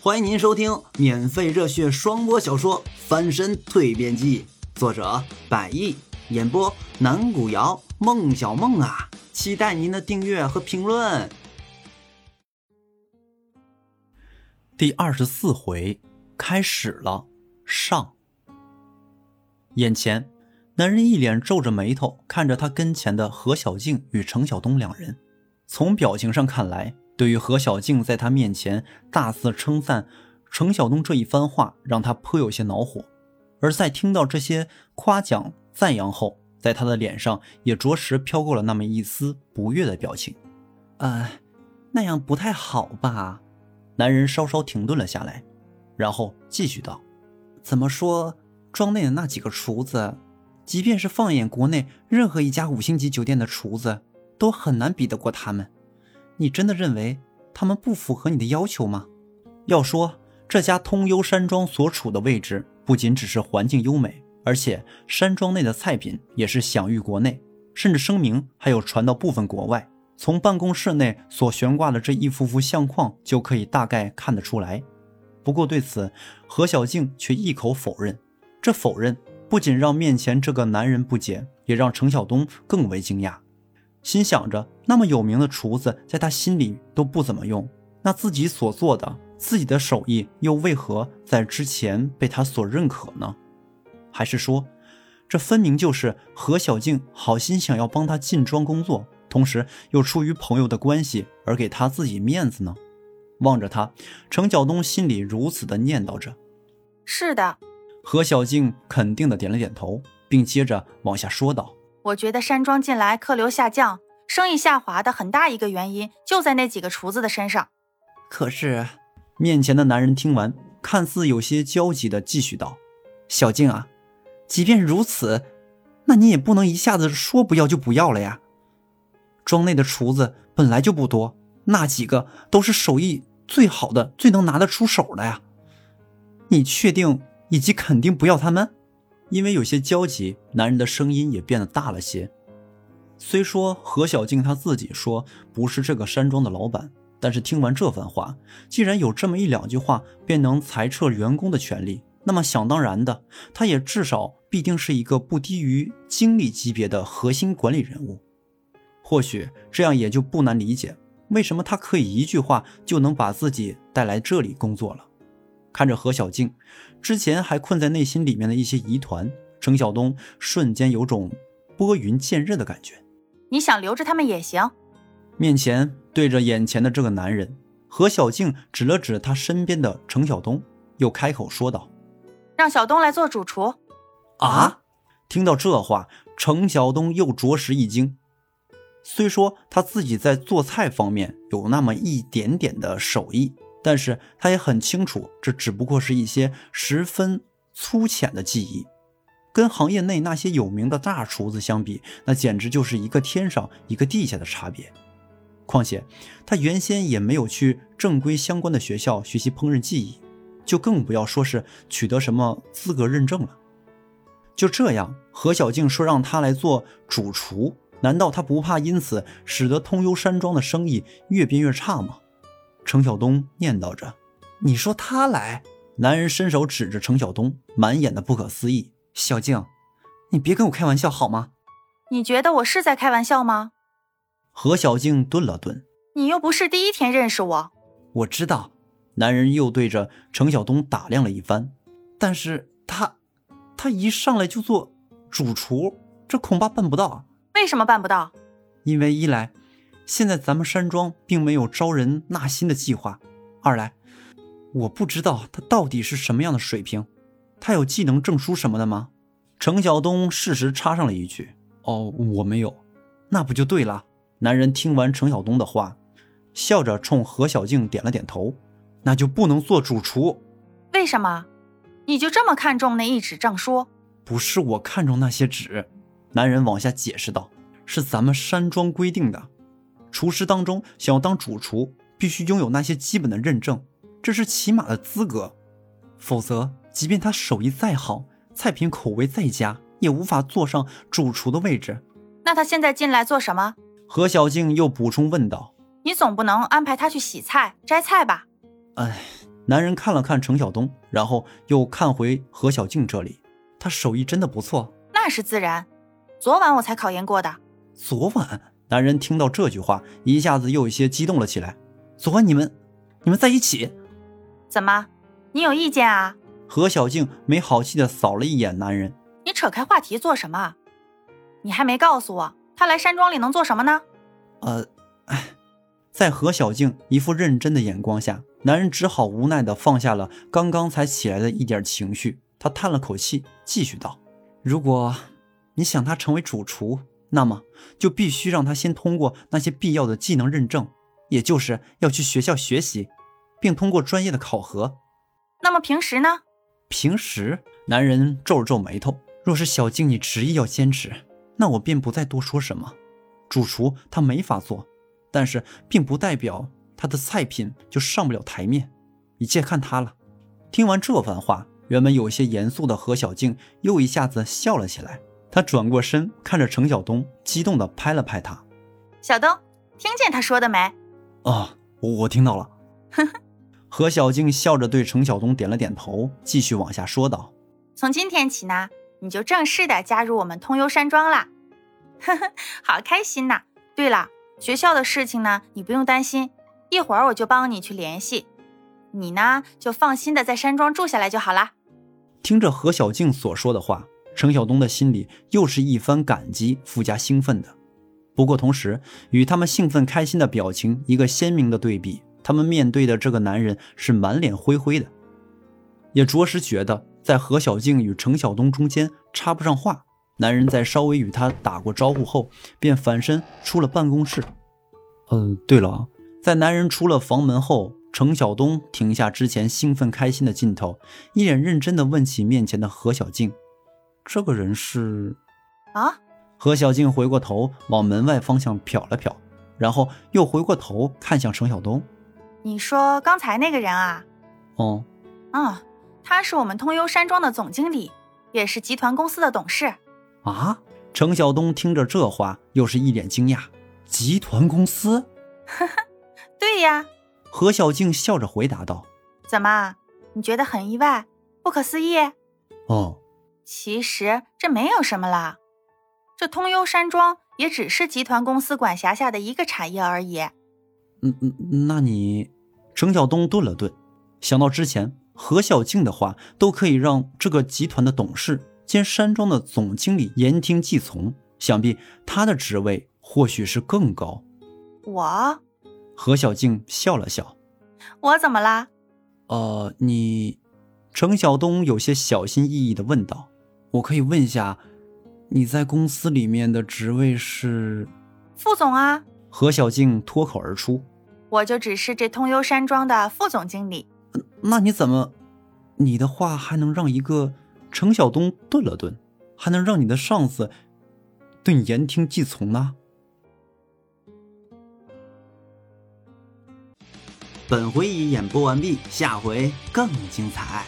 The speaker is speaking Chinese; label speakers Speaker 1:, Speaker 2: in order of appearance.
Speaker 1: 欢迎您收听免费热血双播小说《翻身蜕变记》，作者百亿，演播南古瑶、孟小梦啊！期待您的订阅和评论。
Speaker 2: 第二十四回开始了，上。眼前，男人一脸皱着眉头看着他跟前的何小静与程晓东两人。从表情上看来，对于何小静在他面前大肆称赞程晓东这一番话，让他颇有些恼火。而在听到这些夸奖赞扬后，在他的脸上也着实飘过了那么一丝不悦的表情。呃，那样不太好吧？男人稍稍停顿了下来，然后继续道：“怎么说，庄内的那几个厨子，即便是放眼国内任何一家五星级酒店的厨子，都很难比得过他们。你真的认为他们不符合你的要求吗？要说这家通幽山庄所处的位置，不仅只是环境优美，而且山庄内的菜品也是享誉国内，甚至声名还有传到部分国外。”从办公室内所悬挂的这一幅幅相框就可以大概看得出来。不过对此，何小静却一口否认。这否认不仅让面前这个男人不解，也让程晓东更为惊讶。心想着，那么有名的厨子在他心里都不怎么用，那自己所做的、自己的手艺又为何在之前被他所认可呢？还是说，这分明就是何小静好心想要帮他进庄工作，同时又出于朋友的关系而给他自己面子呢？望着他，程晓东心里如此的念叨着。
Speaker 3: 是的，
Speaker 2: 何小静肯定的点了点头，并接着往下说道
Speaker 3: 我觉得山庄近来客流下降、生意下滑的很大一个原因就在那几个厨子的身上。：“
Speaker 2: 可是，面前的男人听完，看似有些焦急的继续道：‘小静啊，即便如此，那你也不能一下子说不要就不要了呀。庄内的厨子本来就不多，那几个都是手艺最好的、最能拿得出手的呀。你确定以及肯定不要他们？’”因为有些焦急，男人的声音也变得大了些。虽说何小静她自己说不是这个山庄的老板，但是听完这番话，既然有这么一两句话便能裁撤员工的权利，那么想当然的，他也至少必定是一个不低于经理级别的核心管理人物。或许这样也就不难理解，为什么他可以一句话就能把自己带来这里工作了。看着何小静，之前还困在内心里面的一些疑团，程晓东瞬间有种拨云见日的感觉。
Speaker 3: 你想留着他们也行，
Speaker 2: 面前对着眼前的这个男人，何小静指了指他身边的程晓东，又开口说道
Speaker 3: 让小东来做主厨。：“
Speaker 2: 啊！”听到这话，程晓东又着实一惊。虽说他自己在做菜方面有那么一点点的手艺，但是他也很清楚，这只不过是一些十分粗浅的技艺，跟行业内那些有名的大厨子相比，那简直就是一个天上一个地下的差别。况且，他原先也没有去正规相关的学校学习烹饪技艺，就更不要说是取得什么资格认证了。就这样，何小静说让他来做主厨，难道他不怕因此使得通幽山庄的生意越变越差吗？程晓东念叨着：“你说他来？”男人伸手指着程晓东，满眼的不可思议：“小静，你别跟我开玩笑好吗
Speaker 3: 你觉得我是在开玩笑吗？？”
Speaker 2: 何小静顿了顿，
Speaker 3: 你又不是第一天认识我，
Speaker 2: 我知道，男人又对着程晓东打量了一番，但是他，他一上来就做主厨，这恐怕办不到啊。
Speaker 3: 为什么办不到？
Speaker 2: 因为一来，现在咱们山庄并没有招人纳新的计划；二来，我不知道他到底是什么样的水平，他有技能证书什么的吗？程晓东适时插上了一句：“哦，我没有。”那不就对了？男人听完程晓东的话，笑着冲何小静点了点头：“那就不能做主厨。
Speaker 3: 为什么？你就这么看重那一纸证书？
Speaker 2: 不是我看中那些纸。”男人往下解释道：“是咱们山庄规定的，厨师当中想要当主厨，必须拥有那些基本的认证，这是起码的资格。否则，即便他手艺再好，菜品口味再佳，也无法坐上主厨的位置。”
Speaker 3: 那他现在进来做什么？
Speaker 2: 何小静又补充问道
Speaker 3: 你总不能安排他去洗菜、摘菜吧？：“
Speaker 2: 男人看了看程晓东，然后又看回何小静这里。他手艺真的不错。
Speaker 3: 那是自然，昨晚我才考研过的。
Speaker 2: 昨晚，男人听到这句话，一下子又有些激动了起来。昨晚你们，你们在一起？
Speaker 3: 怎么，你有意见啊？
Speaker 2: 何小静没好气的扫了一眼男人。
Speaker 3: 你扯开话题做什么？你还没告诉我，他来山庄里能做什么呢？
Speaker 2: 呃，哎，在何小静一副认真的眼光下，男人只好无奈的放下了刚刚才起来的一点情绪。他叹了口气，继续道：“如果你想他成为主厨，那么就必须让他先通过那些必要的技能认证，也就是要去学校学习，并通过专业的考核。
Speaker 3: 那么平时呢？
Speaker 2: 平时，男人皱了皱眉头。若是小静你执意要坚持，那我便不再多说什么。主厨他没法做，但是并不代表他的菜品就上不了台面，一切看他了。”听完这番话。原本有些严肃的何小静又一下子笑了起来。她转过身，看着程晓东，激动地拍了拍他：“
Speaker 3: 小东，听见他说的没？”“
Speaker 2: 啊，我听到了。”何小静笑着对程晓东点了点头，继续往下说道：“
Speaker 3: 从今天起呢，你就正式的加入我们通幽山庄啦！呵呵，好开心呐！对了，学校的事情呢，你不用担心，一会儿我就帮你去联系。你呢，就放心的在山庄住下来就好啦。”
Speaker 2: 听着何小静所说的话，程晓东的心里又是一番感激附加兴奋的。不过同时，与他们兴奋开心的表情一个鲜明的对比，他们面对的这个男人是满脸灰灰的，也着实觉得在何小静与程晓东中间插不上话。男人在稍微与他打过招呼后，便反身出了办公室。嗯、呃，对了，在男人出了房门后。程晓东停下之前兴奋开心的劲头，一脸认真地问起面前的何小静：“这个人是？”
Speaker 3: 啊！
Speaker 2: 何小静回过头往门外方向瞟了瞟，然后又回过头看向程晓东：“
Speaker 3: 你说刚才那个人啊？”“
Speaker 2: 哦、
Speaker 3: 嗯，啊、嗯，他是我们通幽山庄的总经理，也是集团公司的董事。”“
Speaker 2: 啊！”程晓东听着这话，又是一脸惊讶：“集团公司？”“
Speaker 3: 对呀。”
Speaker 2: 何小静笑着回答道：“
Speaker 3: 怎么，你觉得很意外、不可思议？
Speaker 2: 哦，
Speaker 3: 其实这没有什么啦。这通幽山庄也只是集团公司管辖下的一个产业而已。
Speaker 2: 嗯嗯，那你……”程晓东顿了顿，想到之前何小静的话都可以让这个集团的董事兼山庄的总经理言听计从，想必他的职位或许是更高。
Speaker 3: 我。
Speaker 2: 何小静笑了笑：“
Speaker 3: 我怎么啦？”“
Speaker 2: 呃，你……”程晓东有些小心翼翼地问道：“我可以问一下，你在公司里面的职位是？”“
Speaker 3: 副总啊。”
Speaker 2: 何小静脱口而出。
Speaker 3: “我就只是这通幽山庄的副总经理。
Speaker 2: 呃”“那你怎么……你的话还能让一个……”程晓东顿了顿，“还能让你的上司对你言听计从呢？”
Speaker 1: 本回已演播完毕，下回更精彩。